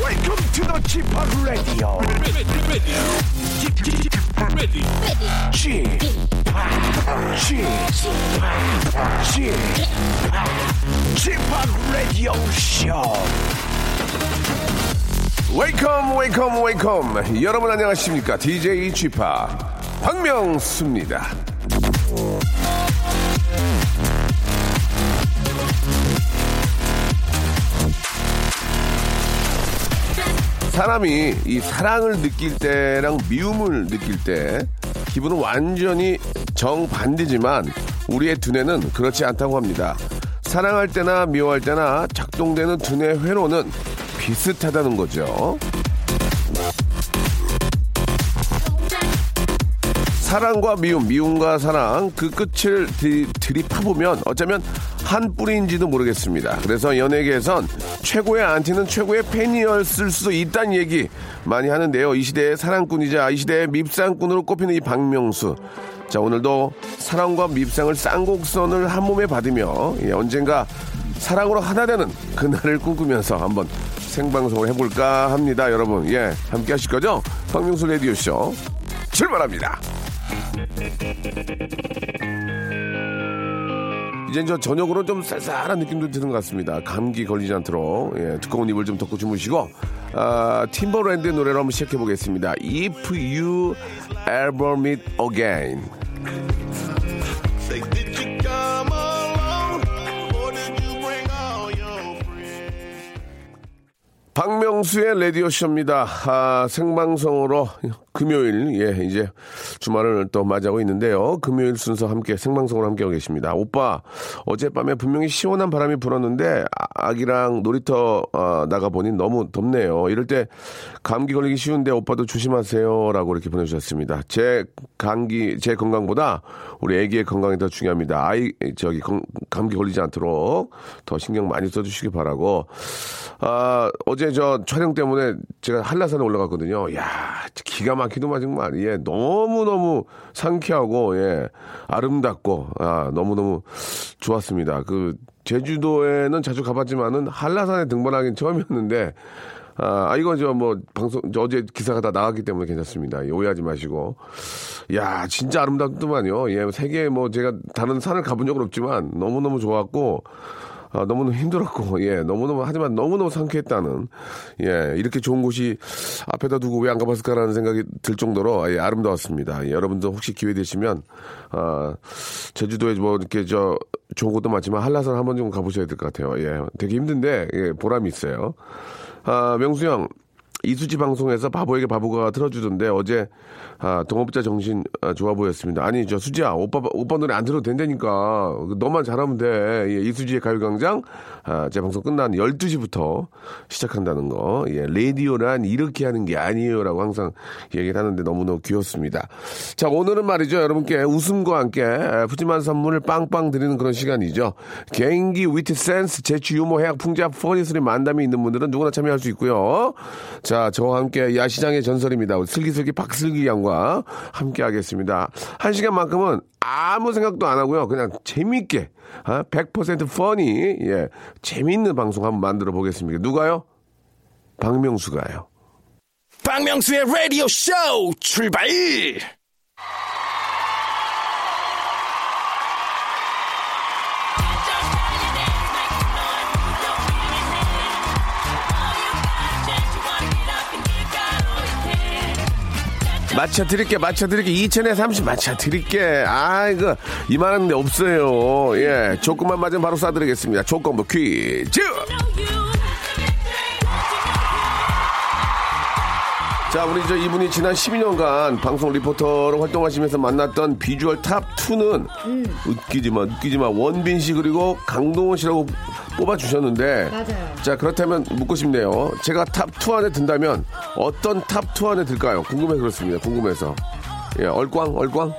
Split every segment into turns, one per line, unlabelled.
welcome to the Chip Radio. Chip, Chip, Chip, Radio Show.
웨이컴 웨이컴 웨이컴 여러분 안녕하십니까 DJ g 파 박명수입니다 사람이 이 사랑을 느낄 때랑 미움을 느낄 때 기분은 완전히 정반대지만 우리의 두뇌는 그렇지 않다고 합니다. 사랑할 때나 미워할 때나 작동되는 두뇌 회로는 비슷하다는 거죠. 사랑과 미움, 미움과 사랑 그 끝을 들- 들이파보면 어쩌면 한 뿌리인지도 모르겠습니다. 그래서 연예계에선 최고의 안티는 최고의 팬이었을 수도 있다는 얘기 많이 하는데요. 이 시대의 사랑꾼이자 이 시대의 밉상꾼으로 꼽히는 이 박명수. 자 오늘도 사랑과 밉상을 쌍곡선을 한 몸에 받으며 예, 언젠가 사랑으로 하나 되는 그날을 꿈꾸면서 한번 생방송을 해볼까 합니다. 여러분 예 함께 하실 거죠? 박명수 레디오 쇼 출발합니다. 이젠 저 저녁으로 좀 쌀쌀한 느낌도 드는 것 같습니다. 감기 걸리지 않도록 예, 두꺼운 이불 좀 덮고 주무시고 아, 팀버랜드의 노래로 한번 시작해 보겠습니다. If you ever meet again. 박명수의 라디오 쇼입니다. 아, 생방송으로 금요일 예 이제 주말을 또 맞이하고 있는데요. 금요일 순서 함께 생방송으로 함께하고 계십니다. 오빠 어젯밤에 분명히 시원한 바람이 불었는데 아- 아기랑 놀이터 아, 나가 보니 너무 덥네요. 이럴 때 감기 걸리기 쉬운데 오빠도 조심하세요라고 이렇게 보내주셨습니다. 제 감기 제 건강보다 우리 아기의 건강이 더 중요합니다. 아이 저기 건- 감기 걸리지 않도록 더 신경 많이 써주시기 바라고. 아, 어제 저 촬영 때문에 제가 한라산에 올라갔거든요. 야, 기가 막히더만 정말. 예, 너무너무 상쾌하고 예, 아름답고 아, 너무너무 좋았습니다. 그 제주도에는 자주 가봤지만은 한라산에 등반하기는 처음이었는데 아, 이거 저 뭐 방송 저 어제 기사가 다 나왔기 때문에 괜찮습니다. 예, 오해하지 마시고. 야, 진짜 아름답더만요. 예, 세계 뭐 제가 다른 산을 가본 적은 없지만 너무너무 좋았고 아, 너무너무 힘들었고, 예, 너무너무, 하지만 너무너무 상쾌했다는, 예, 이렇게 좋은 곳이 앞에다 두고 왜 안 가봤을까라는 생각이 들 정도로, 예, 아름다웠습니다. 예, 여러분도 혹시 기회 되시면, 아, 제주도에 뭐, 이렇게 저, 좋은 곳도 많지만 한라산 한 번 좀 가보셔야 될 것 같아요. 예, 되게 힘든데, 예, 보람이 있어요. 아, 명수 형. 이수지 방송에서 바보에게 바보가 틀어주던데 어제 아, 동업자 정신 아, 좋아 보였습니다. 아니 저 수지야 오빠 오빠 노래 안 들어도 된다니까 그 너만 잘하면 돼. 예, 이수지의 가요광장 아, 제 방송 끝난 12시부터 시작한다는 거. 예, 라디오란 이렇게 하는 게 아니에요라고 항상 얘기를 하는데 너무너무 귀엽습니다. 자 오늘은 말이죠 여러분께 웃음과 함께 에, 푸짐한 선물을 빵빵 드리는 그런 시간이죠. 개인기 위트 센스 재치 유머 해학 풍자 퍼니스리 만담이 있는 분들은 누구나 참여할 수 있고요. 자 저와 함께 야시장의 전설입니다. 우리 슬기슬기 박슬기 양과 함께 하겠습니다. 한 시간만큼은 아무 생각도 안 하고요. 그냥 재밌게 아, 100% 퍼니 예 재밌는 방송 한번 만들어 보겠습니다. 누가요? 박명수가요.
박명수의 Radio Show 출발.
맞춰 드릴게, 맞춰 드릴게. 2천에 30 맞춰 드릴게. 아, 이거, 이만한 데 없어요. 예. 조건만 맞으면 바로 쏴드리겠습니다. 조건부 퀴즈! 자, 우리 저 이분이 지난 12년간 방송 리포터로 활동하시면서 만났던 비주얼 탑2는
음.
웃기지 마, 웃기지 마. 원빈 씨 그리고 강동원 씨라고 뽑아주셨는데.
맞아요.
자, 그렇다면 묻고 싶네요. 제가 탑2 안에 든다면 어떤 탑2 안에 들까요? 궁금해서 그렇습니다. 궁금해서. 예, 얼꽝, 얼꽝.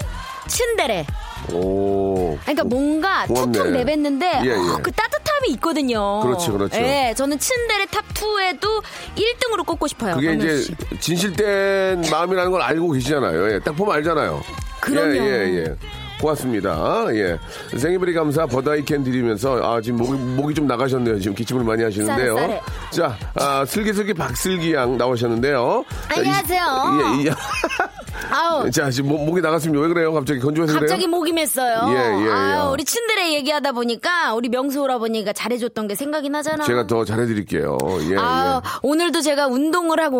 친데레.
오.
그러니까 뭔가
고맙네.
툭툭 내뱉는데
예, 예.
어, 그 따뜻함이 있거든요.
그렇죠, 그렇죠.
예, 저는 친데레 탑 2에도 1등으로 꼽고 싶어요.
그게
박명수
이제
씨.
진실된 마음이라는 걸 알고 계시잖아요. 예, 딱 보면 알잖아요.
그럼요.
예, 예, 예. 고맙습니다. 예. 생일브리 감사 버다이캔 드리면서 아 지금 목이, 목이 좀 나가셨네요. 지금 기침을 많이 하시는데요.
쌀에, 쌀에.
자, 아, 슬기슬기 박슬기 양 나오셨는데요. 자, 이-
안녕하세요.
예, 예.
아우
자, 지금 목, 목이 나갔으면 왜 그래요? 갑자기 건조해서 예, 그래요?
갑자기 목이 맸어요.
예, 예, 예.
아유, 우리 친들의 얘기하다 보니까 우리 명수 오라버니가 잘해줬던 게 생각이 나잖아.
제가 더 잘해드릴게요. 예,
아, 오늘도 제가 운동을 하고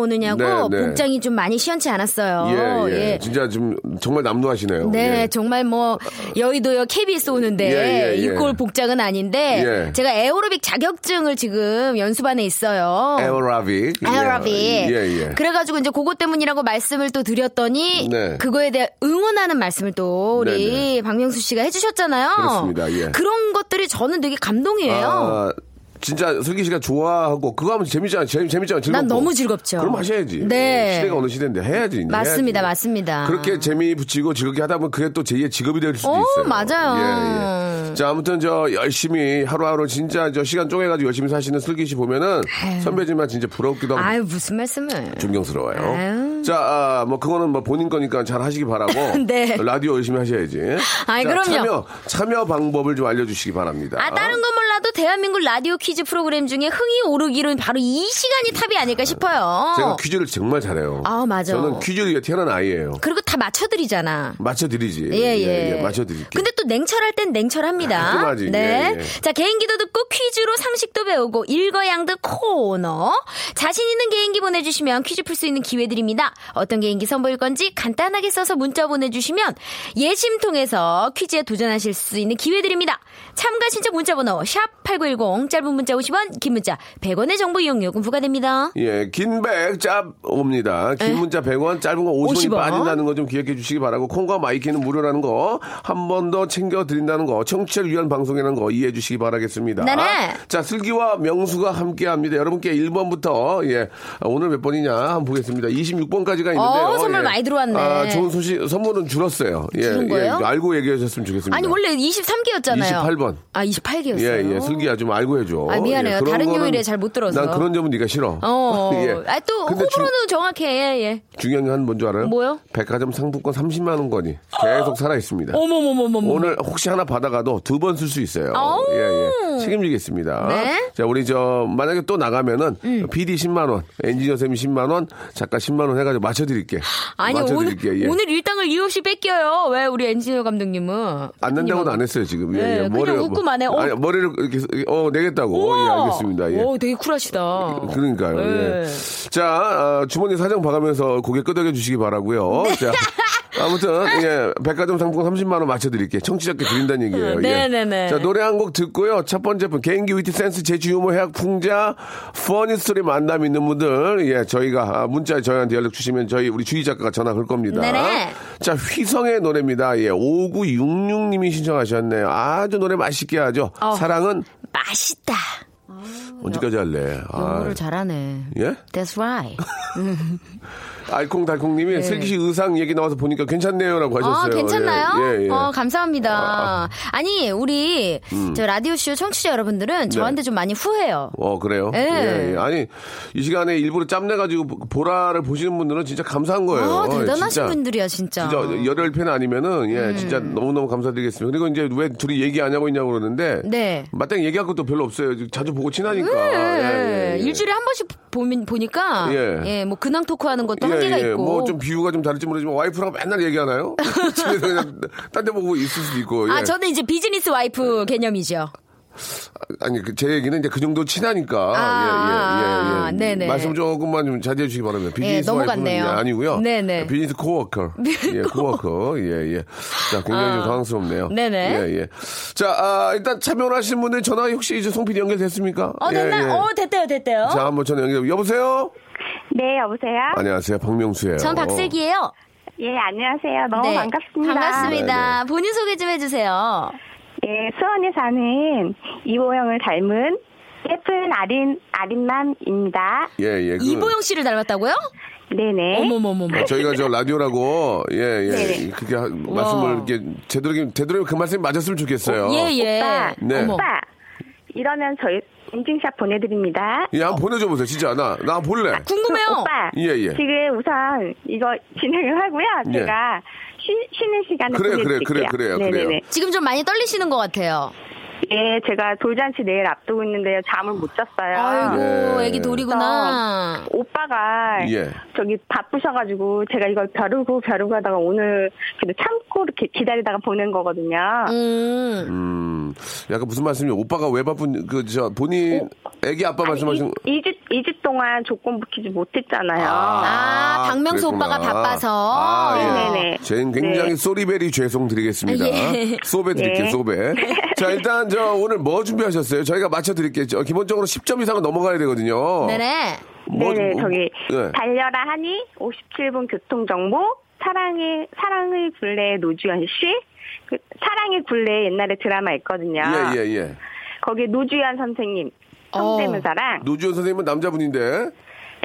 네,
오느냐고
네.
복장이 좀 많이 시원치 않았어요.
예. 예, 예. 진짜 지금 정말 남루하시네요.
네,
예.
정말 뭐 여의도요 KBS 오는데
예, 예, 예.
이꼴 복장은 아닌데
예.
제가 에어로빅 자격증을 지금 연수반에 있어요.
에어라비.
에어로빅.
예, 예.
그래가지고 이제 그것 때문이라고 말씀을 또 드렸더니
네.
그거에 대해 응원하는 말씀을 또 우리
네,
박명수 씨가 해주셨잖아요.
그렇습니다, 예.
그런 것들이 저는 되게 감동이에요.
아, 진짜 슬기 씨가 좋아하고 그거 하면 재밌잖아. 재미, 재밌잖아. 즐겁고.
난 너무 즐겁죠.
그럼 하셔야지. 예,
네.
시대가 어느 시대인데 해야지. 이제
맞습니다,
해야지.
맞습니다.
예. 그렇게 재미 붙이고 즐겁게 하다 보면 그게 또 제2의 직업이 될 수도
오,
있어요.
맞아요.
예, 예. 자, 아무튼 저 열심히 하루하루 진짜 저 시간 쪼개가지고 열심히 사시는 슬기 씨 보면은
아유.
선배지만 진짜 부럽기도 하고
아유 무슨 말씀을?
존경스러워요.
아유.
자, 아, 뭐 그거는 뭐 본인 거니까 잘 하시기 바라고.
네.
라디오 열심히 하셔야지.
아이,
자,
그럼요.
참여 참여 방법을 좀 알려주시기 바랍니다.
아 다른 건 몰라도 대한민국 라디오 퀴즈 프로그램 중에 흥이 오르기로는 바로 이 시간이 탑이 아닐까 싶어요.
제가 퀴즈를 정말 잘해요.
아, 맞아.
저는 퀴즈에 태어난 아이예요.
그리고 다 맞춰드리잖아.
맞춰드리지.
예, 예.
맞춰드릴게요.
근데 또 냉철할 땐 냉철합니다.
깔끔하지.
네.
예, 예.
자, 개인기도 듣고 퀴즈로 상식도 배우고 일거양득 코너. 자신 있는 개인기 보내주시면 퀴즈 풀 수 있는 기회 드립니다. 어떤 개인기 선보일 건지 간단하게 써서 문자 보내주시면 예심 통해서 퀴즈에 도전하실 수 있는 기회 드립니다. 참가 신청 문자 번호 샵8910 짧은 문자 50원 긴 문자 100원의 정보 이용 요금 부과됩니다.
예, 긴백 짭 옵니다. 긴 문자 100원, 짧은 거 50원이
50원.
빠진다는 거 좀 기억해 주시기 바라고 콩과 마이키는 무료라는 거 한 번 더 챙겨 드린다는 거 청취를 위한 방송이라는 거 이해해 주시기 바라겠습니다.
네네.
자, 슬기와 명수가 함께 합니다. 여러분께 1번부터 예, 아, 오늘 몇 번이냐 한번 보겠습니다. 26번까지가 있는데요.
어, 선물
예.
많이 들어왔네.
아, 좋은 소식 선물은 줄었어요. 예,
줄은
예,
거예요?
알고 얘기해 주셨으면 좋겠습니다.
아니 원래 23개였잖아요.
28번.
아 28개였어요.
예, 예, 슬기야 좀 알고 해줘. 예,
아, 미안해요.
그런
다른
거는
요일에 잘못 들어서.
난 그런 점은 네가 싫어.
어.
예.
아, 또
근데 주-
호불호는 정확해. 예, 예.
중요한 건 뭔 줄 알아요?
뭐요?
백화점 상품권 30만 원권이 계속 살아 있습니다.
어머머머머머.
오늘 혹시 하나 받아가도 두 번 쓸 수 있어요.
아우.
예, 예. 책임지겠습니다.
네. 음.
자, 우리 저 만약에 또 나가면은 PD 10만 원, 엔지니어 쌤이 10만 원, 작가 10만 원 해가지고 맞춰드릴게.
아니, 오늘,
맞춰드릴게. 예.
오늘 일당을 이유 없이 뺏겨요. 왜 우리 엔지니어 감독님은.
안 난다고도 안 했어요 지금. 예,
네, 그냥 웃고만 해. 어.
아니, 머리를 이렇게 어 내겠다고. 예, 알겠습니다. 예.
오, 되게 쿨하시다.
그러니까요.
네.
예. 자, 아, 주머니 사정 봐가면서 고개 끄덕여 주시기 바라고요.
네.
자, 아무튼 예, 백화점 상품권 30만 원 맞춰드릴게요. 청취자께 드린다는 얘기예요. 예.
네네네.
자, 노래 한 곡 듣고요. 첫 번째 분 개인기 위트 센스 재치 유머 해학 풍자 퍼니 스토리 만남 있는 분들 예, 저희가 아, 문자 저희한테 연락 주시면 저희 우리 주희 작가가 전화 걸 겁니다.
네네.
자, 휘성의 노래입니다. 예, 5966님이 신청하셨네요. 아주 노래 맛있게 하죠.
어.
사랑은
맛있다.
언제까지 할래? 아,
영어를 잘하네.
예?
That's right.
알콩달콩님이 슬기 씨 의상 얘기 나와서 보니까 괜찮네요라고
예. 아,
하셨어요.
괜찮나요?
예, 예. 예.
어, 감사합니다. 아. 니 우리
음.
저 라디오쇼 청취자 여러분들은
네.
저한테 좀 많이 후회해요.
어, 그래요?
예.
예, 예. 아니, 이 시간에 일부러 짬내가지고 보라를 보시는 분들은 진짜 감사한 거예요. 어,
아, 대단하신 음.
진짜.
분들이야, 진짜.
진짜 열혈 팬 아니면은, 예, 진짜 너무너무 감사드리겠습니다. 그리고 이제 왜 둘이 얘기 안 하고 있냐고 그러는데,
네.
마땅히 얘기할 것도 별로 없어요. 자주 보고 친하니까. 예,
예,
예, 예.
일주일에 한 번씩 보면, 보니까
예.
예. 뭐 근황 토크 하는 것도 한계가 있고
뭐좀 비유가 좀 다를지 모르지만 와이프랑 맨날 얘기하나요? 집에서 그냥 딴 데 보고 있을 수도 있고.
아
예.
저는 이제 비즈니스 와이프 개념이죠.
아니 그 제 얘기는 이제 그 정도 친하니까
아,
예, 예, 예, 예.
네네.
말씀 조금만 좀 자제해 주시기 바랍니다. 비즈니스 와이프는
넘어갔네요.
예, 아니고요.
네네.
비즈니스 코워커. 예, 코워커. 예, 예. 자, 굉장히 좀 당황스럽네요.
아, 네네.
예, 예. 자, 아, 일단 참여를 하신 분들 전화 혹시 이제 송PD 연결됐습니까?
어 됐나? 어 됐대요, 됐대요.
예, 자, 한번 전화 연결. 여보세요?
네, 여보세요?
안녕하세요. 박명수예요.
전 박슬기예요.
예, 안녕하세요. 너무
네.
반갑습니다.
반갑습니다.
네,
본인 소개 좀 해주세요.
예, 수원에 사는 이보영을 닮은 예쁜 아린, 아린맘입니다.
예, 예. 그-
이보영 씨를 닮았다고요?
네네.
어머머머머.
아, 저희가 저 라디오라고 예, 예.
네네.
그렇게 하- 말씀을 이렇게 제대로 되도록 그 말씀이 맞았으면 좋겠어요.
예 예.
오빠.
네.
어머.
오빠, 이러면 저희 인증샷 보내드립니다.
예, 한번 보내줘 보세요. 진짜 나, 나 볼래.
궁금해요.
오빠,
예, 예.
지금 우선 이거 진행을 하고요.
예.
제가 쉬, 쉬는 시간을
그래요, 그래요,
보내드릴게요.
그래요, 그래요,
네네네.
그래요.
지금 좀 많이 떨리시는 것 같아요.
예, 제가 돌잔치 내일 앞두고 있는데요. 잠을 못 잤어요.
아이고,
예.
애기 돌이구나.
오빠가
예.
저기 바쁘셔가지고 제가 이걸 벼르고 벼르고 하다가 오늘 근데 참고 이렇게 기다리다가 보낸 거거든요.
음.
음, 약간 무슨 말씀이요? 오빠가 왜 바쁜 그 저 본인 애기 아빠 말씀하신 거-
2주, 이주 동안 조건부 퀴즈 못했잖아요.
아, 박명수
그랬구나.
오빠가 바빠서.
아, 예.
네네네.
쟨 굉장히
네.
쏘리베리 죄송드리겠습니다.
예.
소배 드릴게요,
네.
소배. 자, 일단 저 오늘 뭐 준비하셨어요? 저희가 맞춰드릴게요. 저 기본적으로 10점 이상은 넘어가야 되거든요.
네네.
뭐-
네네,
뭐-
저기
네.
달려라 하니 57분 교통정보 사랑의 사랑의 굴레 노주현 씨 그, 사랑의 굴레 옛날에 드라마 있거든요.
예, 예, 예.
거기 에 노주현 선생님 성대모사랑
노지현 선생님은 남자분인데.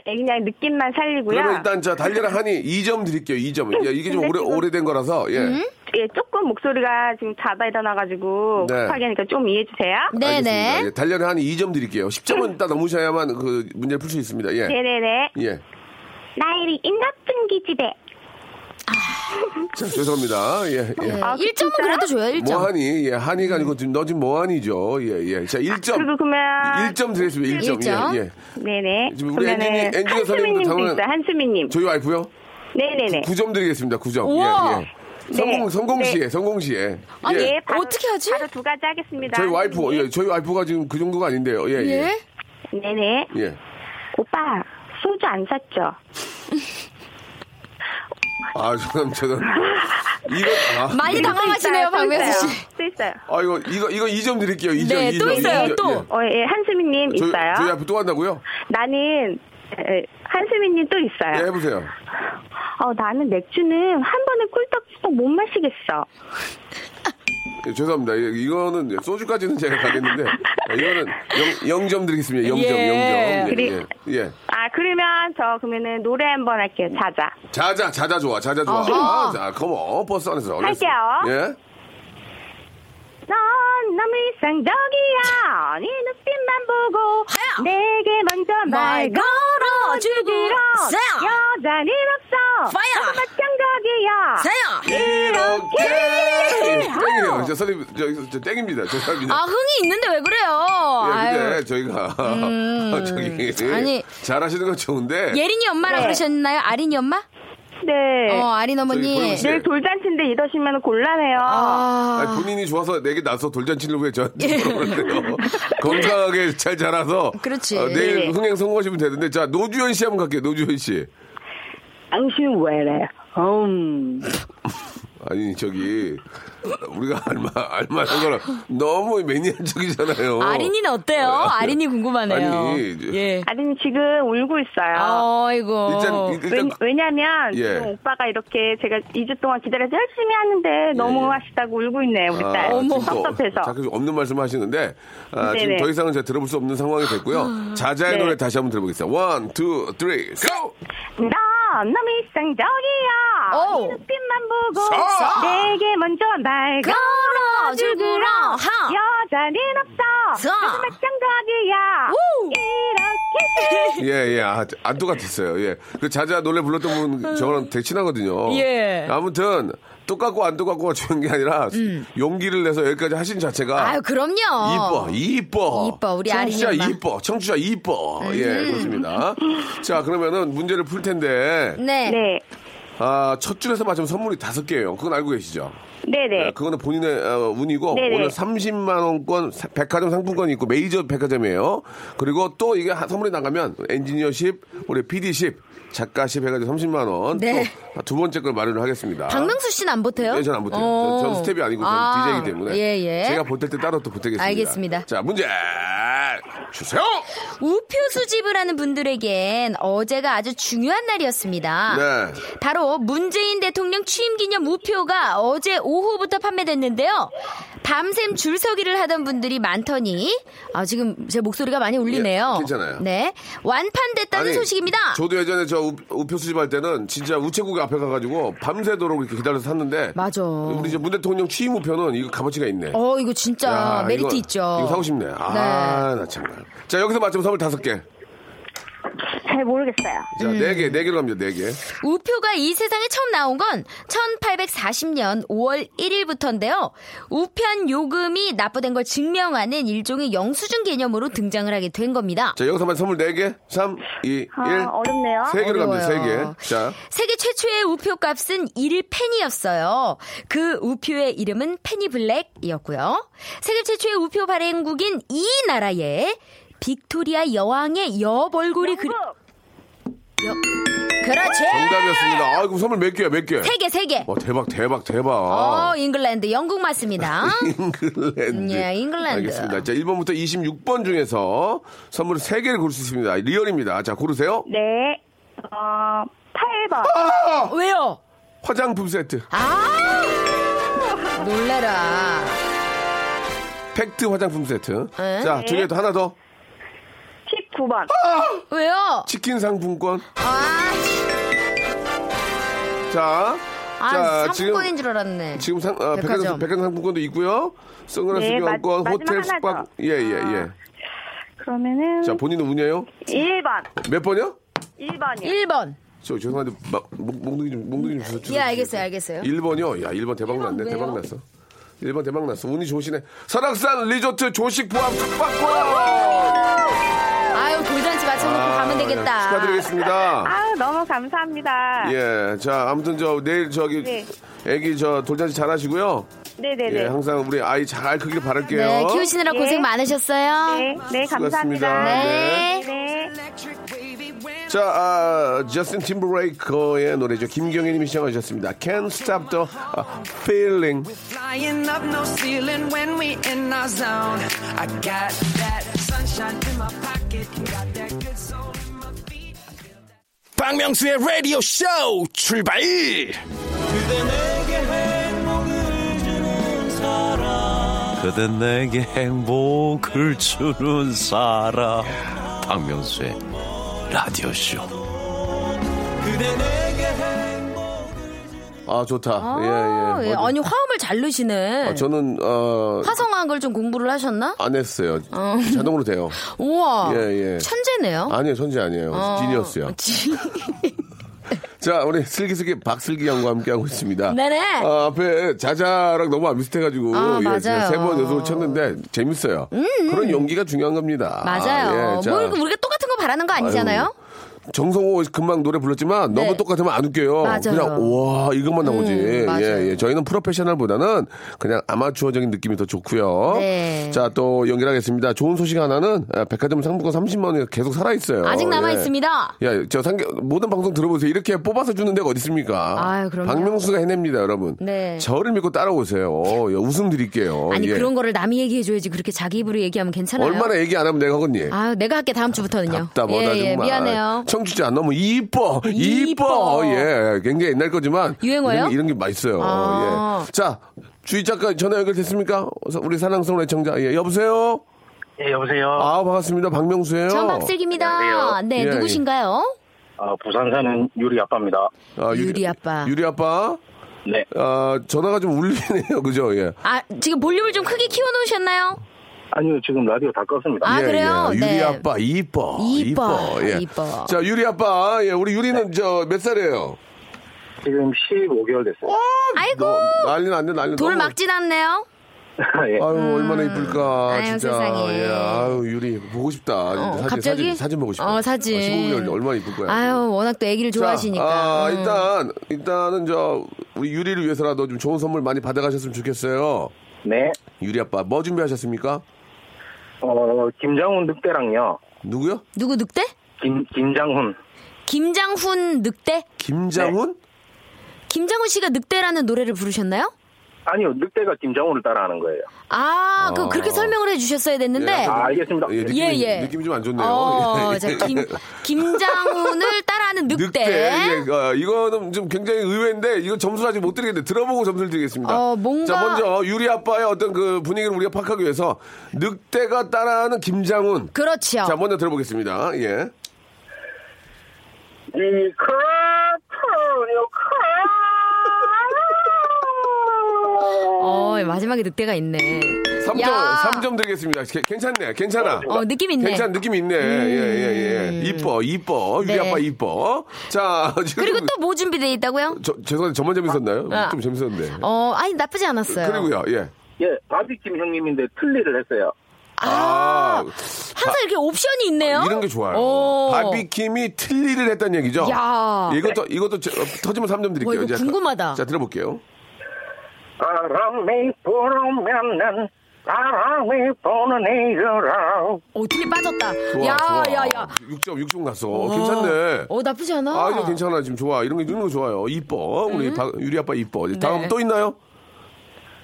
그냥 느낌만 살리고요.
그러면 일단 자, 달려라 하니 2점 드릴게요, 2점. 예, 이게 좀
근데
오래,
지금-
오래된 거라서, 예.
음?
예, 조금 목소리가 지금 자다 일어나가지고
네.
급하게 하니까 좀 이해해 주세요.
네네.
알겠습니다. 예, 달려라 하니 2점 드릴게요. 10점은 일단 넘으셔야만 그 문제를 풀 수 있습니다. 예.
네네네.
예.
나일이 인나쁜 기집애.
자, 죄송합니다. 예, 예.
네.
아,
1점은
진짜요?
그래도 줘요, 1점.
뭐하니? 예, 한이가 아니고 지금 너 지금 뭐하니죠? 예, 예. 자, 1점.
그리고 그러면
1점 드리겠습니다. 1점.
일점.
예, 예.
네네.
지금 우리 엔지니- 엔지니어 선생님도
한수민님도
당황-
있어요. 한수민님.
저희 와이프요?
네네네.
9점 드리겠습니다. 9점.
우와.
예, 예. 성공,
네.
성공 시에,
네.
성공 시에.
아,
예.
예. 어떻게 하지?
바로 두 가지 하겠습니다.
저희 와이프,
네.
예, 저희 와이프가 지금 그 정도가 아닌데요. 예, 예.
예?
네네.
예.
오빠, 소주 안 샀죠?
아, 저는, 저는. 이거, 아.
많이 당황하시네요,
또 있어요.
박명수 씨.
또 있어요.
아, 이거, 이거, 이거 2점 드릴게요. 2점.
네, 또 있어요, 또.
어, 예, 한수민님
저희,
있어요.
저희 아- 와이프 또 한다고요?
나는, 에, 한수민님 또
예,
있어요.
해보세요.
어, 나는 맥주는 한 번에 꿀떡꿀떡 못 마시겠어.
예, 죄송합니다. 예, 이거는 소주까지는 제가 가겠는데 예, 이거는 0, 점 드리겠습니다. 0점,
예.
영 0점.
그리-
예, 예.
아, 그러면 저 그러면은 노래 한 번 할게요. 자자.
자자, 자자 좋아, 자자 좋아.
어허.
아, 자, 컴온 버스 안에서.
할게요.
예.
넌 너무 일상적이야. 네 눈빛만 보고
하야!
내게 먼저
말
말
걸어주고 세요!
여자는 없어.
파이어!
너무 마찬가지야.
세요!
예. 이렇게 땡이네요. 저 선생님, 저, 저 땡입니다. 죄송합니다.
아, 흥이 있는데 왜 그래요?
예, 근데
아유.
저희가 저기
아니.
잘하시는 건 좋은데
예린이 엄마라
네.
그러셨나요? 아린이 엄마?
네.
어, 아린
저기
어머니.
보여주세요.
내일 돌잔치인데 이러시면 곤란해요.
아. 예.
아니, 본인이 좋아서 내게 나서 돌잔치를 왜 저한테 물어보는데요? 건강하게 잘 자라서
그렇지. 예.
어, 내일
네.
흥행 성공하시면 되는데 자 노주현 씨 한번 갈게요. 노주현 씨.
당신 왜래? 음.
네.
아니 저기 우리가 알마 알만한 거랑 너무 매니아적이잖아요.
아린이는 어때요? 아린이 궁금하네요.
예. 아니, 이제-
예.
아니 지금 울고 있어요.
아이고.
일단 일단
왜, 왜냐면
예.
지금 오빠가 이렇게 제가 2주 동안 기다려서 열심히 하는데 너무 하시다고 울고 있네 우리 딸.
아, 지금 또
섭섭해서.
예. 자꾸 없는 말씀 하시는데 아, 지금
네네.
더 이상은 제가 들어볼 수 없는 상황이
아.
됐고요. 자자의
네.
노래 다시 한번 들어보겠습니다. 원, 투, 쓰리, 고!
나 너무 일상적이야.
오.
네 눈빛만 보고
서.
내게 먼저 말
걸어주구라 하.
여자는
서.
없어. 나도 마찬가지야.
우.
이렇게
예, 예. 아, 안도 같았어요. 예. 그 자자 노래 불렀던 분 저랑 되게 친하거든요.
예.
아무튼 똑같고 안 똑같고가 중요한 게 아니라 용기를 내서 여기까지 하신 자체가
음. 아유, 그럼요.
이뻐, 이뻐.
이뻐, 우리
청취자
아린이 엄마. 음.
이뻐, 청취자 이뻐. 예, 그렇습니다. 자, 그러면은 문제를 풀 텐데,
네.
네.
아, 첫 줄에서 맞으면 선물이 다섯 개예요 그건 알고 계시죠?
네네.
네, 그거는 본인의 어, 운이고
네네.
오늘 30만 원권 사- 백화점 상품권이 있고 메이저 백화점이에요. 그리고 또 이게 하- 선물이 나가면 엔지니어십, 우리 PD십, 작가십 해가지고 30만 원.
네.
또 두 번째 걸 마련을 하겠습니다.
박명수 씨는 안 보태요?
예, 저는 안 보태요.
어.
저- 저는 스텝이 아니고 저는
아,
DJ이기 때문에
예, 예.
제가 보탤 때 따로 또 보태겠습니다.
알겠습니다.
자 문제 주세요.
우표 수집을 하는 분들에겐 어제가 아주 중요한 날이었습니다.
네.
바로 문재인 대통령 취임 기념 우표가 어제 오후부터 판매됐는데요. 밤샘 줄서기를 하던 분들이 많더니 아 지금 제 목소리가 많이 울리네요.
예, 괜찮아요.
네. 완판됐다는 소식입니다.
저도 예전에 저 우- 우표 수집할 때는 진짜 우체국 앞에 가가지고 밤새도록 이렇게 기다려서 샀는데.
맞아.
우리 이제 문 대통령 취임 우표는 이거 값어치가 있네.
어 이거 진짜
야,
메리트
이거- 아,
있죠. 네.
이거 사고 싶네. 아, 나 참말. 자, 여기서 맞추면 선물 다섯 개.
잘 모르겠어요.
자,
음.
네 개, 네 개로 갑니다, 네 개.
우표가 이 세상에 처음 나온 건 1840년 5월 1일부터인데요. 우편 요금이 납부된 걸 증명하는 일종의 영수증 개념으로 등장을 하게 된 겁니다.
자, 여기서만 선물 네 개. 3, 2, 1.
아, 어렵네요.
예. 세 개로 갑니다, 세
어려워요.
개. 자,
세계 최초의 우표 값은 1펜이었어요. 그 우표의 이름은 페니 블랙이었고요. 세계 최초의 우표 발행국인 이 나라에 빅토리아 여왕의 여벌골이 그
영국!
그렇지.
정답이었습니다. 아, 그럼 선물 몇 개야, 몇 개?
세 개, 세 개.
와, 대박, 대박, 대박.
어, 잉글랜드, 영국 맞습니다.
잉글랜드.
예, 잉글랜드.
알겠습니다. 자, 1번부터 26번 중에서 선물 3개를 고를 수 있습니다. 리얼입니다. 자, 고르세요.
네. 어, 8번.
아.
왜요?
화장품 세트.
아! 놀래라.
팩트 화장품 세트.
네.
자, 두 개 더 하나 더.
19번.
아.
왜요?
치킨 상품권.
아,
자.
아 상품권인 줄 알았네.
지금 상, 아, 백화점.
백화점.
백화점 상품권도 있고요. 선글라스
네, 마-
교환권,
마지막
호텔
하나
숙박.
더.
예, 예,
아.
예.
그러면은
자, 본인은 운이에요?
1번.
몇 번이요?
1번이요.
1번.
저 죄송한데 막, 목, 목둥이 좀 목둥이 좀 주세요.
예, 알겠어요, 알겠어요.
1번이요? 야, 1번 대박 났네.
왜요?
대박 났어. 1번 대박 났어. 운이 좋으시네. 설악산 리조트 조식 포함 숙박권.
아유, 돌잔치 맞춰놓고 가면 되겠다.
예, 축하드리겠습니다.
아, 너무 감사합니다.
예, 자 아무튼 저 내일 저기
네.
애기 저 돌잔치 잘 하시고요.
네네네.
예, 항상 우리 아이 잘 크길 바랄게요.
네, 키우시느라
예.
고생 많으셨어요.
네, 네,
수고하셨습니다.
감사합니다.
네.
네.
자, 아, 저스틴 팀브레이커의 노래죠. 김경애님이 시청하셨습니다. Can't Stop the 아, Feeling.
Flying up no ceiling when we in our zone. I got that sunshine in my pocket, got that good soul in my feet. I feel that-
박명수의 라디오 쇼 출발!
그대 내게 행복을 주는 사람 박명수의 라디오쇼
아, 좋다.
아,
예, 예.
예.
어,
아니, 화음을 잘 넣으시네.
아, 저는, 어,
화성학을 좀 공부를 하셨나?
안 했어요. 자동으로 돼요.
우와.
아, 예, 예.
천재네요.
아니요, 천재 아니에요. 지니어스요.
지-
자, 우리 슬기슬기 박슬기 양과 함께하고 있습니다.
네네.
아, 앞에 자자랑 너무 안 비슷해가지고. 예,
아, 맞아요. 음,
세번 연속을 쳤는데 재밌어요. 그런 용기가 중요한 겁니다.
맞아요.
예, 자.
뭘 우리가 똑같은 거 바라는 거 아니잖아요?
정성호 금방 노래 불렀지만
네.
너무 똑같으면 안 웃겨요.
맞아요. 음,
그냥 와 이것만 나오지.
맞아요.
예, 예. 저희는 프로페셔널보다는 그냥 아마추어적인 느낌이 더 좋고요.
네.
자 또 연결하겠습니다. 좋은 소식 하나는 아, 백화점 상품권 30만 원이 계속 살아 있어요. 예.
아직 남아 있습니다.
야, 저 상계, 모든 방송 들어보세요. 이렇게 뽑아서 주는 데가 어디 있습니까?
아유, 그럼요.
박명수가 해냅니다, 여러분.
네.
저를 믿고 따라오세요. 예, 웃음 드릴게요.
아니
예.
그런 거를 남이 얘기해줘야지 그렇게 자기 입으로 얘기하면 괜찮아요.
얼마나 얘기 안 하면 내가 하겠니?
아유 내가 할게 다음 주부터는요.
답답하다
예, 예,
정말. 아,
미안해요.
청취자 너무 이뻐 이뻐
이뻐.
예 굉장히 옛날 거지만
유행어요?
이런, 게- 이런 게 맛있어요.
아.
예. 자 주희 작가 전화 연결됐습니까? 우리 사랑스러운 애청자 예 여보세요.
예, 여보세요.
아 반갑습니다 박명수예요.
전 박슬기입니다.
안녕하세요.
네
예,
누구신가요?
아, 부산 사는 유리 아빠입니다.
아,
유리 아빠.
유리 아빠.
네.
아 전화가 좀 울리네요 그죠 예.
아 지금 볼륨을 좀 크게 키워놓으셨나요? 아니요
지금
라디오
다
껐습니다. 아
예,
그래요?
예. 유리
네.
아빠 이뻐
이뻐,
예.
이뻐. 네.
자 유리 아빠 예 우리 유리는 저 몇 살이에요?
지금 15개월 됐어요.
아이고
난리 난리 난리.
돌
너무-
막 지났네요.
예.
아유 얼마나 이쁠까
음. 아유,
진짜
세상에.
예, 아유 유리 보고 싶다
어,
사진,
갑자기
사진 사진 보고 싶어
어 사진.
15개월 얼마나 이쁠 거야
아유 워낙 또 아기를
자,
좋아하시니까.
아,
음.
일단 일단은 저 우리 유리를 위해서라도 좀 좋은 선물 많이 받아가셨으면 좋겠어요
네.
유리 아빠 뭐 준비하셨습니까
어, 김장훈 늑대랑요.
누구요
누구 늑대?
김, 김장훈.
김장훈 늑대? 네.
김장훈
김장훈 씨가 늑대라는 노래를 부르셨나요?
아니요, 늑대가 김장훈을 따라하는 거예요.
아,
아.
그, 그렇게 설명을 해주셨어야 됐는데.
예,
아, 알겠습니다.
예, 느낌이,
예, 예.
느낌이 좀 안 좋네요
어,
예, 예.
자, 김, 김장훈을 따라하는 늑대.
늑대 예, 어, 이거는 좀 굉장히 의외인데 이거 점수를 아직 못 드리겠는데 들어보고 점수를 드리겠습니다.
어, 뭔가-
자 먼저 유리 아빠의 어떤 그 분위기를 우리가 파악하기 위해서 늑대가 따라하는 김장훈
그렇죠.
자 뭐- 먼저 들어보겠습니다. 예.
이 커튼요, 커.
어, 마지막에 늑대가 있네.
삼 점
야.
삼 점 드리겠습니다. 게- 괜찮네. 괜찮아.
어, 느낌 있네. 음.
괜찮 느낌 있네. 예, 예, 예. 이뻐, 이뻐. 우리
네.
아빠 이뻐. 자, 지금
그리고 또 뭐 준비되어 있다고요?
저, 죄송한데 저만 재밌었나요?
아.
좀 재밌었는데.
어, 아니, 나쁘지 않았어요.
그리고요. 예.
예, 바비킴 형님인데 틀리를 했어요.
아, 항상 이렇게 옵션이 있네요.
이런 게 좋아요.
오.
바비킴이 틀리를 했다는 얘기죠.
야.
이것도 이것도 제- 어, 터지면 3점 드릴게요.
와, 이거
이제
궁금하다.
자, 들어볼게요.
바람이 불면은 바람이 부는 이거라.
어, 틀리 빠졌다.
좋아,
야,
좋아.
야, 야.
6점, 6점 갔어. 괜찮네.
어, 나쁘지 않아.
아, 이거 괜찮아. 지금 좋아. 이런 거, 이런 거 좋아요. 이뻐. 우리 박- 유리 아빠 이뻐. 다음
음. 네.
또 있나요?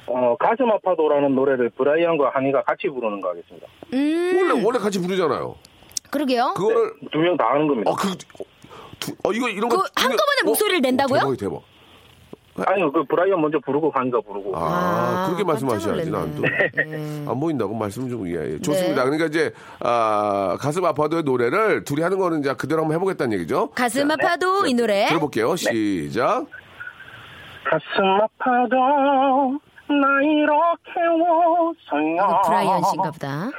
어, 가슴 아파도라는 노래를 브라이언과 한이가 같이 부르는 거 하겠습니다.
음,
원래, 원래 같이 부르잖아요.
그러게요. 그,
그거를,
두 명 다 하는 겁니다.
어, 그, 어, 두- 어, 이거, 이런 거. 두면-
그 한꺼번에
어?
목소리를 낸다고요?
대박이 대박.
아니요, 그 브라이언 먼저 부르고 한이가 부르고.
아,
아,
그렇게 말씀하셔야지,
깜짝
난 또.
놀랐네. 네.
안 보인다고 말씀 좀, 예, 예. 좋습니다. 그러니까 이제, 아, 가슴 아파도의 노래를 둘이 하는 거는 이제 그대로 한번 해보겠다는 얘기죠.
가슴 아파도 이 노래.
들어볼게요. 시작.
가슴 아파도 나 이렇게
이거
웃어요.
아, 그 브라이언 씨인가 보다.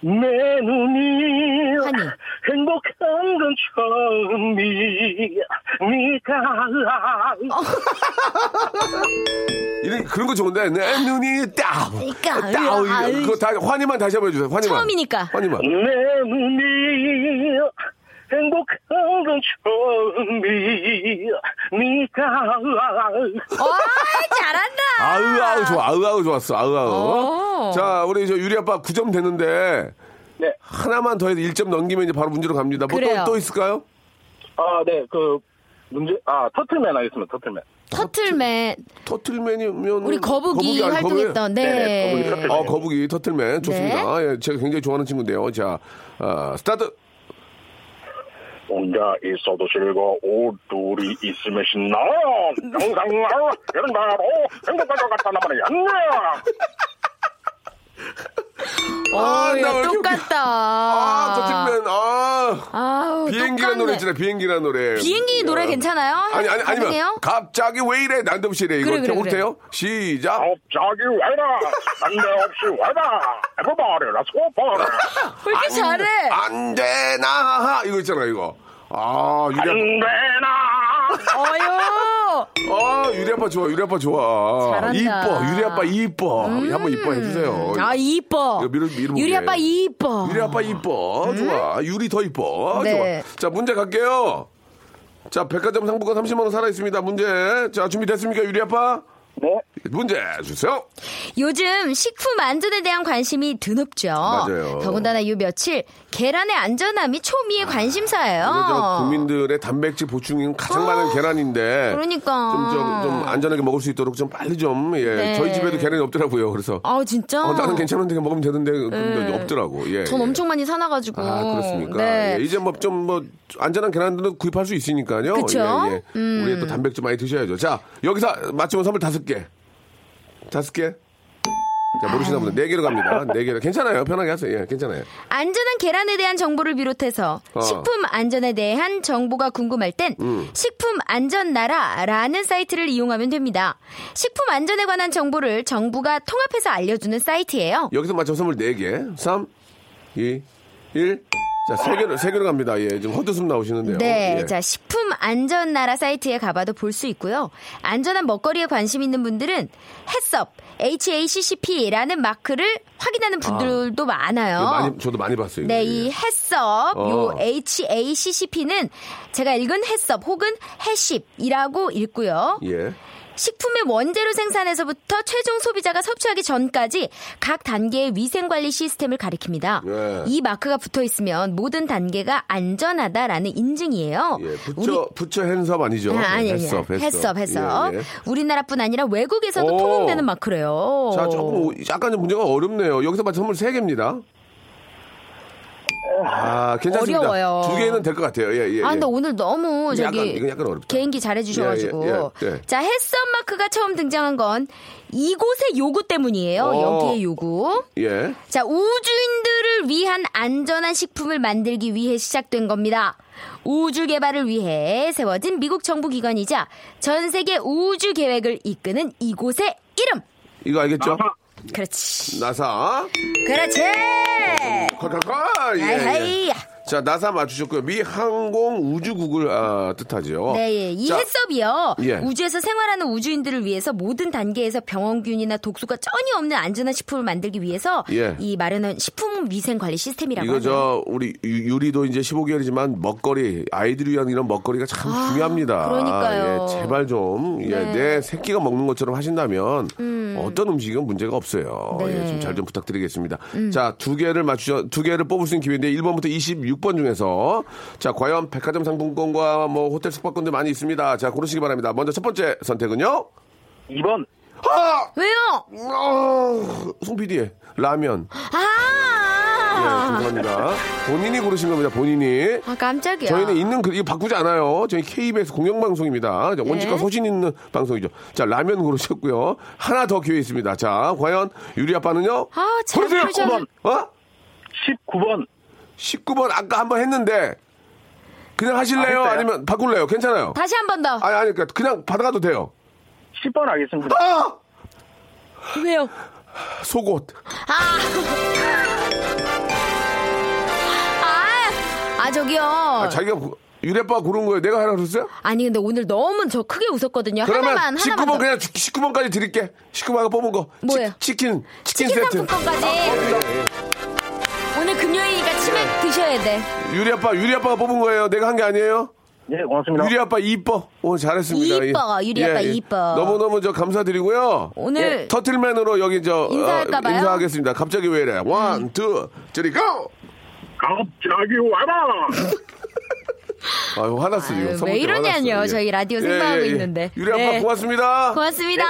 내 눈이
한이.
행복한 건 처음이 니가
어.
이런, 그런 거 좋은데, 내 눈이 따!
그러니까,
따!
아유.
그거 다, 환희만 다시 한번 해주세요. 환희만.
처음이니까.
환희만.
내 눈이 행복한 건 처음이 니가
와, 어, 잘한다.
아우 아우 좋아 아우 아우 좋았어 아우
오.
아우 자 우리 저 유리 아빠 9점 됐는데
네.
하나만 더 해서 1점 넘기면 이제 바로 문제로 갑니다
그래요.
뭐또 또 있을까요?
아, 네, 그, 문제, 아, 터틀맨 하겠습니다, 터틀맨.
터틀맨.
터틀맨이면
우리 거북이,
아니, 거북이.
활동했던,
네,
네.
거북이 활동.
아 거북이 터틀맨 좋습니다 아, 예, 제가 굉장히 좋아하는 친구인데요 자 아, 스타트
혼자 있어도 즐거워, 둘이 있으면 신나. 항상, 아, 이런 바로 행복할 것 같다는 말이야.
아,
어,
나왜
야,
이렇게
똑같다.
아 터틀맨 아
아우,
비행기란
똑같네.
노래 있잖아 비행기란 노래
비행기 노래 괜찮아요?
아니 아니 아니면
가능해요?
갑자기 왜 이래 난데없이 이래 이거
그래, 그래,
올 때요 시작
갑자기 와라, 난데없이 와라, everybody, let's go for it.
왜 이렇게 잘해?
안 되나 이거 있잖아 이거 아 유리
안
아빠
되나?
어요.
아 유리 아빠 좋아 유리 아빠 좋아
잘한다. 음.
이뻐 유리 아빠 이뻐 한번 이뻐 해주세요
아, 이뻐.
이거 미루- 미루는
유리
게.
아빠 이뻐.
유리 아빠 이뻐 좋아 유리 더 이뻐
네.
좋아 자 문제 갈게요 자 백화점 상품권 30만 원 살아 있습니다 문제 자 준비됐습니까 유리 아빠
네,
문제 주세요
요즘 식품 안전에 대한 관심이 드높죠.
맞아요.
더군다나 요 며칠 계란의 안전함이 초미의 관심사예요.
이런저런 국민들의 단백질 보충이 가장 많은 계란인데
그러니까.
좀, 좀, 좀 안전하게 먹을 수 있도록 좀 빨리 좀 예.
네.
저희 집에도 계란이 없더라고요 그래서
아 진짜.
어, 나는 괜찮은데 그냥 먹으면 되는데 근데 없더라고. 예.
전
예.
엄청 많이 사놔가지고.
아 그렇습니까?
네.
예, 이제 뭐 좀 뭐 안전한 계란들은 구입할 수 있으니까요.
그쵸? 음.
예, 예. 우리 또 단백질 많이 드셔야죠. 자 여기서 맞추면 선물 다섯 개, 다섯 개. 자 모르시나 보다. 네 개로 갑니다. 네 개로 괜찮아요. 편하게 하세요. 예, 괜찮아요.
안전한 계란에 대한 정보를 비롯해서
어. 음.
식품 안전에 대한 정보가 궁금할 땐 식품 안전 나라라는 사이트를 이용하면 됩니다. 식품 안전에 관한 정보를 정부가 통합해서 알려주는 사이트예요.
여기서 맞춰 선물 네 개, 삼, 이, 일. 자세 개로 세 개로 갑니다. 예, 지금 헛웃음 나오시는데요.
네,
예.
자 식품 안전 나라 사이트에 가봐도 볼 수 있고요. 안전한 먹거리에 관심 있는 분들은 해썹 HACCP라는 마크를 확인하는 분들도 많아요.
이거 예, 많이 저도 많이 봤어요.
네,
이거.
이 해썹, 요
예. 어.
HACCP는 제가 읽은 해썹 혹은 해십이라고 읽고요.
예.
식품의 원재료 생산에서부터 최종 소비자가 섭취하기 전까지 각 단계의 위생관리 시스템을 가리킵니다.
예.
이 마크가 붙어 있으면 모든 단계가 안전하다라는 인증이에요.
예, 부처 부처 핸섭 아니죠? 예,
아, 아니, 아니,
핸섭, 핸섭.
해썹, 해썹.
예, 예.
우리나라뿐 아니라 외국에서도
오.
통용되는 마크래요.
자, 조금 오- 약간 좀 문제가 어렵네요. 여기서 마치 선물 세개입니다 아, 괜찮습니다.
어려워요.
두 개는 될 것 같아요. 예, 예.
아, 근데
예.
오늘 너무
이건 약간-
저기
이건 약간 어렵다.
개인기 잘해주셔가지고
예, 예, 예, 예.
자 햇썹 마크가 처음 등장한 건 이곳의 요구 때문이에요.
어.
여기의 요구.
예.
자 우주인들을 위한 안전한 식품을 만들기 위해 시작된 겁니다. 우주 개발을 위해 세워진 미국 정부 기관이자 전 세계 우주 계획을 이끄는 이곳의 이름
이거 알겠죠?
그렇지.
나사.
그렇지.
컬컬컬. 예, 예.
하이하이.
자, 나사 맞추셨고요. 미 항공 우주국을 아, 뜻하지요.
네, 예. 이
자,
해썹이요.
예.
우주에서 생활하는 우주인들을 위해서 모든 단계에서 병원균이나 독소가 전혀 없는 안전한 식품을 만들기 위해서
예.
이 마련한 식품 위생 관리 시스템이라고
이거
하네요.
저 우리 유- 유리도 이제 15개월이지만 먹거리 아이들 위한 이런 먹거리가 참 중요합니다.
아, 그러니까요. 네.
예, 제발 좀 예, 내 새끼가 먹는 것처럼 하신다면 어떤 음식은 문제가 없어요.
네. 음.
예, 좀 잘 좀 부탁드리겠습니다. 자 두 개를 맞추셔 두 개를 뽑을 수 있는 기회인데 1번부터 26번 중에서 자 과연 백화점 상품권과 뭐 호텔 숙박권들 많이 있습니다. 자 고르시기 바랍니다. 먼저 첫 번째 선택은요.
2번
아,
왜요?
아, 송 PD의 라면. 예,
아!
죄송합니다. 본인이 고르신 겁니다. 본인이.
아, 깜짝이야.
저희는 있는 글 이거 바꾸지 않아요. 저희 KBS 공영방송입니다.
네.
자, 원칙과 소신 있는 방송이죠. 자 라면 고르셨고요. 하나 더 기회 있습니다. 자 과연 유리 아빠는요?
아, 잘
고르세요.
풀자.
9번. 어?
19번
19번 아까 한 번 했는데 그냥 하실래요? 아,
아, 했어요?
니면 바꿀래요? 괜찮아요.
다시 한 번 더.
아니 아니 그러니까 그냥 받아가도 돼요.
10번 하겠습니다
아
왜요?
속옷.
아. 아, 아 저기요.
아,
아,
자기가 고- 유리 아빠가 고른 거예요. 내가 하라 그랬어요?
니 근데 오늘 너무 저 크게 웃었거든요.
그러면
아, 하나만 하나만.
19번
더.
그냥 19번까지 드릴게. 19번가 뽑은 거. 치-
뭐예요?
치킨 치킨,
치킨
세트. 아, 네.
상품권까지. 오늘 금요일이니까 치맥 드셔야 돼.
유리 아빠, 유리 아빠가 뽑은 거예요. 내가 한 게 아니에요.
네 고맙습니다
유리 아빠 이뻐. 오 잘했습니다.
이뻐, 유리 아빠 이뻐.
너무 너무 저 감사드리고요. 예,
오늘-
터틀맨으로 여기 저 어,
인사할까 봐요? 음.
인사하겠습니다. 갑자기 왜 이래? 원, 투, 쓰리, 고!
갑자기 와라
아유 화났어 지금.
아유, 왜
선물 때문에
이러냐뇨.
화났어.
저희 라디오 생방하고 있는데.
예, 유리 아빠
네.
네, 고맙습니다.
고맙습니다.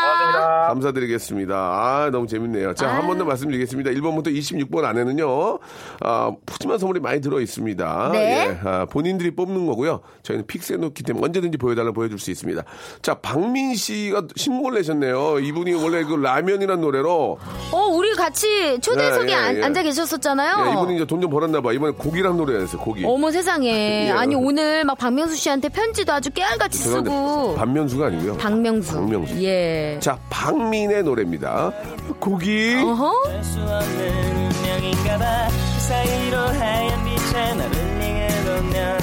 감사드리겠습니다. 아, 너무 재밌네요. 자, 한 번 더 말씀드리겠습니다. 1번부터 26번 안에는요, 아, 푸짐한 선물이 많이 들어있습니다.
네.
예, 아, 본인들이 뽑는 거고요. 저희는 픽스해놓기 때문에 언제든지 보여달라 보여줄 수 있습니다. 자, 박민 씨가 신곡을 내셨네요. 이분이 원래 그 라면이란 노래로,
어, 우리 같이 초대석에
예, 예,
안-
예.
앉아 계셨었잖아요.
예, 이분이 이제 돈 좀 벌었나봐. 이번에 고기란 노래였어요, 고기.
어. 어머 세상에.
예.
아니 오늘 막 박명수 씨한테 편지도 아주 깨알같이
죄송한데
쓰고.
반면수가 아니고요.
박명수.
박명수.
예.
자, 박민의 노래입니다. 고기.
어허.
수 없는 운명인가봐 그 사이로 하얀 빛에 나를 향해 보면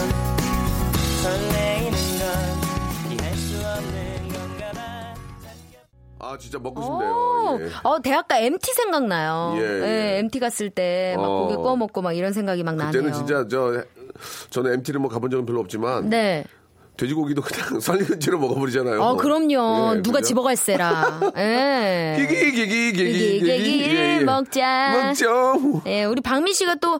설레이는 건 이해할 수 없는 건가봐
아, 진짜 먹고
오.
싶네요. 예.
어, 대학가 MT 생각나요.
예, 예.
MT 갔을 때 막
어.
고기 구워 먹고 막 이런 생각이 막
그때는
나네요.
진짜 저 저는 MT를 뭐 가본 적은 별로 없지만
네.
돼지고기도 그냥 설리근지로 먹어버리잖아요.
어, 그럼요.
예,
누가
그죠?
집어갈세라. 예. 기기기기기를
기기기기기기기기기기를 예,
먹자.
먹죠.
예, 우리 박민 씨가 또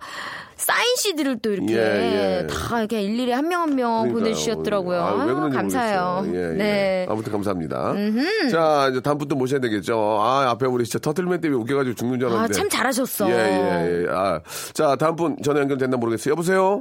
사인 CD를 또 이렇게
예, 예.
다 이렇게 일일이 한 명 한 명 보내주셨더라고요.
아, 왜
아유,
그런지
감사해요.
모르겠어요. 예, 예.
네.
아무튼 감사합니다. 자 이제 다음 분 또 모셔야 되겠죠. 아 앞에 우리 진짜 터틀맨 때문에 웃겨가지고 죽는 줄
아,
알았는데.
참 잘하셨어.
예예 예. 아, 자 다음 분 전화 연결됐나 모르겠어요. 여보세요.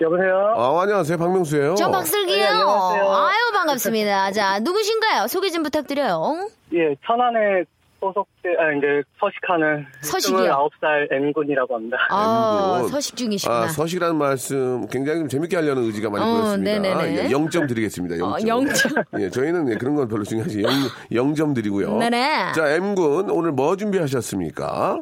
여보세요
아 안녕하세요 박명수예요.
저 박슬기요.
네, 안녕하세요.
아유, 반갑습니다. 자, 누구신가요? 소개 좀 부탁드려요.
예, 천안에 소속돼, 아, 이제 서식하는
서식이요?
29살 M군이라고 합니다.
아,
엠군.
서식 중이시구나.
아, 서식이라는 말씀 굉장히 좀 재밌게 하려는 의지가 많이
어,
보였습니다.
네네네.
예, 0점 드리겠습니다. 0점.
어, 영점.
예, 저희는 예, 그런 건 별로 중요하지. 0, 점 드리고요.
네네.
자, M군, 오늘 뭐 준비하셨습니까?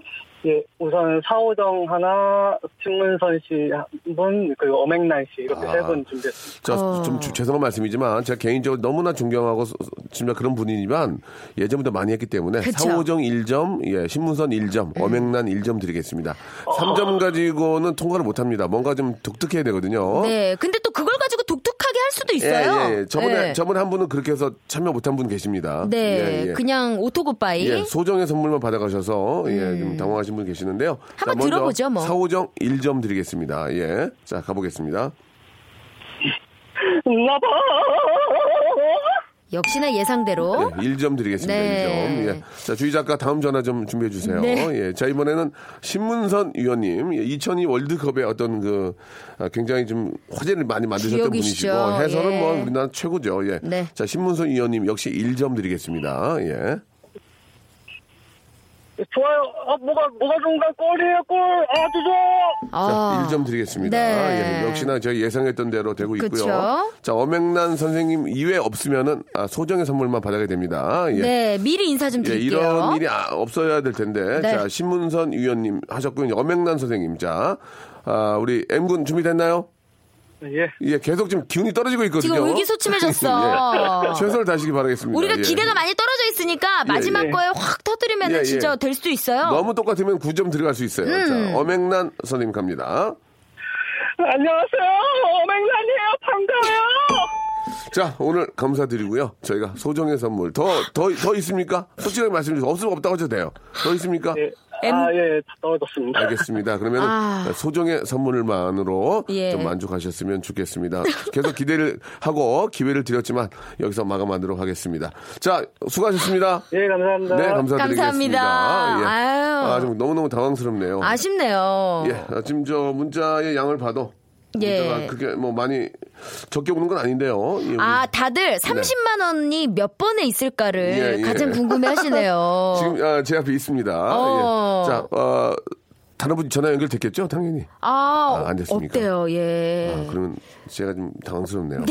예, 우선 사오정 하나, 승문선 씨 한 분, 그리고 어맹란 씨 이렇게
아.
세 분 준비했습니다.
자,
어.
좀 주- 죄송한 말씀이지만 제가 개인적으로 너무나 존경하고 소- 소- 진짜 그런 분이지만 예전부터 많이 했기 때문에
그쵸. 음.
사오정 1점, 예, 신문선 1점, 어맹난 1점 드리겠습니다. 3점 가지고는 통과를 못 합니다. 뭔가 좀 독특해야 되거든요.
네. 근데 또 그걸 가지고 독특하게 할 수도 있어요.
예, 예, 예. 저번에
예.
저번에 한 분은 그렇게 해서 참여 못한 분 계십니다.
네,
예, 예.
그냥 오토굿바이.
예, 소정의 선물만 받아가셔서 예, 좀 당황하신 분 계시는데요.
음. 한번 들어보죠, 뭐.
사오정 1점 드리겠습니다. 예, 자 가보겠습니다.
나봐!
역시나 예상대로.
네, 1점 드리겠습니다.
어? 네.
1점. 예. 자 주희 작가 다음 전화 좀 준비해 주세요.
네.
예, 자 이번에는 신문선 위원님, 예, 2002 월드컵의 어떤 그 아, 굉장히 좀 화제를 많이 만드셨던
주역이시죠.
분이시고 해설은
예.
뭐 우리나라 최고죠. 예.
네.
자 신문선 위원님 역시 1점 드리겠습니다. 예.
좋아요. 아, 뭐가, 뭐가 좋은가? 골이에요, 골. 아, 주죠.
아.
자, 1점 드리겠습니다.
네.
예, 역시나 저희 예상했던 대로 되고 있고요.
그쵸?
자, 엄영란 선생님 이외 없으면은 아, 소정의 선물만 받아게 됩니다. 예.
네, 미리 인사 좀
예,
드릴게요.
이런 일이 아- 없어야 될 텐데.
네.
자, 신문선 위원님 하셨고요. 이제 엄영란 선생님. 자, 아, 우리 M군 준비됐나요?
예.
예, 계속 지금 기운이 떨어지고 있거든요.
지금 의기소침해졌어.
예, 최선을 다시기 바라겠습니다.
우리가
예.
기대가 많이 떨어져 있으니까 마지막
예.
거에 확 터뜨리면
예, 예.
진짜 될 수도 있어요.
너무 똑같으면 9점 들어갈 수 있어요.
음.
자, 엄영란 선생님 갑니다.
안녕하세요. 어맹란이에요. 반가워요.
자, 오늘 감사드리고요. 저희가 소정의 선물 더, 더, 더 있습니까? 솔직하게 말씀해주세요. 없으면 없다고 하셔도 돼요. 더 있습니까?
아, 예, 다 떨어졌습니다.
알겠습니다. 그러면
아.
소정의 선물만으로
예.
좀 만족하셨으면 좋겠습니다. 계속 기대를 하고 기회를 드렸지만 여기서 마감하도록 하겠습니다. 자, 수고하셨습니다.
예, 감사합니다.
네, 감사드리겠습니다.
감사합니다.
예.
아유.
아, 좀 너무너무 당황스럽네요.
아쉽네요.
예, 아, 지금 저 문자의 양을 봐도
예.
문자가 그게 뭐 많이 적게 오는 건 아닌데요. 예,
아, 다들 30만 원이 몇 번에 있을까를
네. 예, 예.
가장 궁금해 하시네요.
지금 아, 제 앞에 있습니다.
어.
예. 자, 어, 다른 분 전화 연결됐겠죠, 당연히.
아,
아, 안 됐습니까?
어때요? 예.
아, 그러면 제가 좀 당황스럽네요.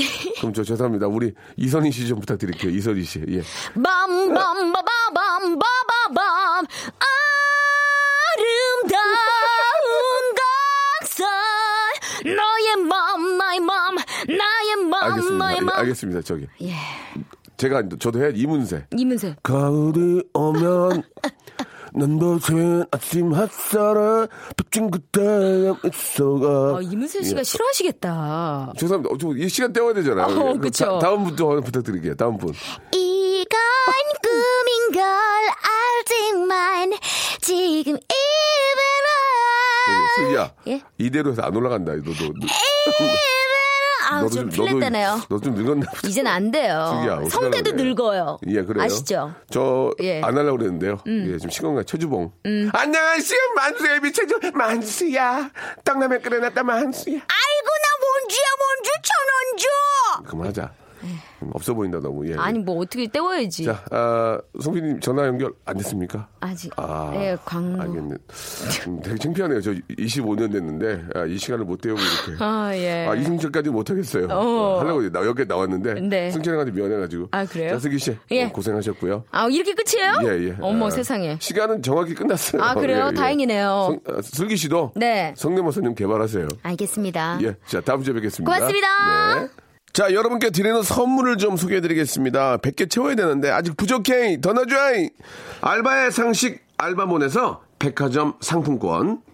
그럼 저 죄송합니다. 우리 이선희 씨 좀 부탁드릴게요. 이선희 씨. 예.
밤밤밤바밤바밤밤 아름다운 강산 너의 맘 나의 맘 나의 맘
알겠습니다.
나의
예,
맘
알겠습니다. 저기. 제가 저도 해 이문세.
이문세
가을이 오면 난 벗은 아침 햇살에 비친 그때 있어가.
아, 이문세
예.
씨가 싫어하시겠다
죄송합니다. 어, 저이 시간 때워야 되잖아요.
어,
그럼
그쵸.
다, 다음 분도 부탁드릴게요. 다음 분. 예,
이건
어,
꿈인 걸 알지만 지금
저기,
이별은
슬기야.
예?
이대로 해서 안 올라간다. 너도. 너,
아,
네. 너도
좀
좀- 너도-
틀렸다네요
너도 좀 늙었나 보다.
이젠 안
특이야,
돼요
어떡하려고
성대도
그래요.
늙어요
예, 그래요.
아시죠?
저,
예. 음.
안 하려고 그랬는데요. 예, 지금 시간가 최주봉. 안녕하세요, 만수의 미쳐줘. 만수야. 떡라면 끓여놨다, 만수야.
아이고 나 뭔지야 뭔지 천원 줘.
그만하자. 음, 없어 보인다, 너무. 예.
예. 아니 뭐 어떻게 때워야지.
자, 아, 송피님 전화 연결 안 됐습니까?
아직 예 광고.
알겠네. 음, 되게 창피하네요. 저 25년 됐는데, 아, 이 시간을 못 때우고 이렇게.
아 예.
아, 이승철까지 못하겠어요.
어.
하려고 이제 나, 여기 나왔는데.
네.
승철이한테 미안해가지고.
아, 그래요?
자승기 씨.
예.
어, 고생하셨고요.
아 이렇게 끝이에요?
예, 예.
어머
아,
세상에.
시간은 정확히 끝났어요. 예,
아, 그래요? 다행이네요.
성, 아, 슬기 씨도
네.
성대모사님 개발하세요.
알겠습니다.
예. 자, 다음 주에 뵙겠습니다. 네.
고맙습니다.
자, 여러분께 드리는 선물을 좀 소개해 드리겠습니다. 100개 채워야 되는데 아직 부족해. 더 넣어줘. 알바의 상식 알바몬에서 백화점 상품권.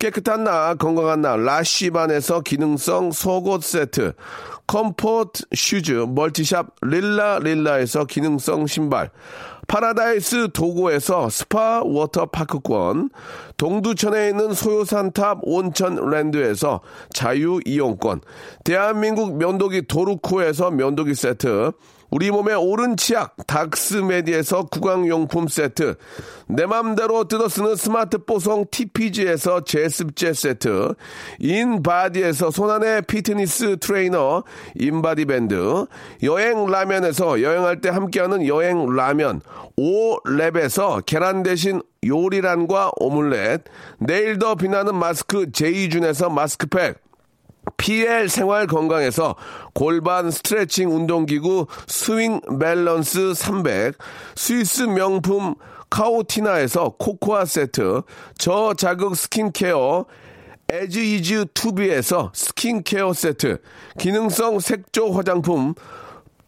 깨끗한 나 건강한 나 라쉬반에서 기능성 속옷 세트, 컴포트 슈즈 멀티샵 릴라 릴라에서 기능성 신발, 파라다이스 도고에서 스파 워터파크권, 동두천에 있는 소요산탑 온천랜드에서 자유이용권, 대한민국 면도기 도루코에서 면도기 세트, 우리 몸의 오른 치약 닥스메디에서 구강용품 세트, 내 맘대로 뜯어 쓰는 스마트 뽀송 TPG에서 제습제 세트, 인바디에서 손안의 피트니스 트레이너 인바디 밴드, 여행 라면에서 여행할 때 함께하는 여행 라면, 오랩에서 계란 대신 요리란과 오믈렛, 내일 더 빛나는 마스크 제이준에서 마스크팩, PL 생활 건강에서 골반 스트레칭 운동기구 스윙 밸런스 300, 스위스 명품 카오티나에서 코코아 세트, 저자극 스킨케어, 에즈 이즈 투비에서 스킨케어 세트, 기능성 색조 화장품,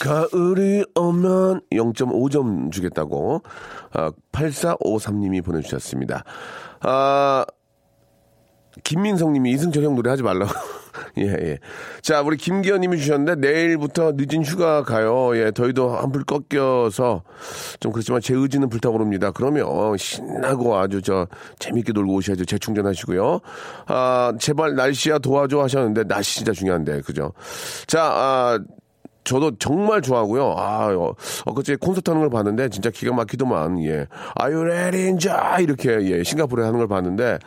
가을이 오면 0.5점 주겠다고 아, 8453님이 보내주셨습니다. 아, 김민성님이 이승철 형 노래 하지 말라고. 예, 예. 자, 우리 김기현님이 주셨는데 내일부터 늦은 휴가 가요. 예, 더위도 한풀 꺾여서 좀 그렇지만 제 의지는 불타오릅니다. 그러면 신나고 아주 저 재밌게 놀고 오셔야죠. 재충전하시고요. 아, 제발 날씨야 도와줘 하셨는데 날씨 진짜 중요한데 그죠? 자, 아. 저도 정말 좋아하고요. 아, 어, 엊그제 콘서트 하는 걸 봤는데 진짜 기가 막히더만. 예. Are you ready, 인자? 이렇게 예, 싱가포르에 하는 걸 봤는데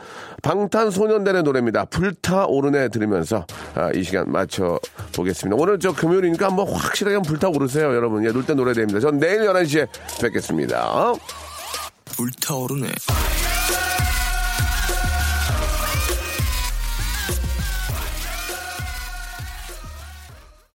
방탄소년단의 노래입니다. 불타오르네 들으면서 아, 이 시간 맞춰 보겠습니다. 오늘 저 금요일이니까 한번 확실하게 한번 불타오르세요, 여러분. 예, 놀 때 노래 됩니다. 전 내일 11시에 뵙겠습니다.
불타오르네.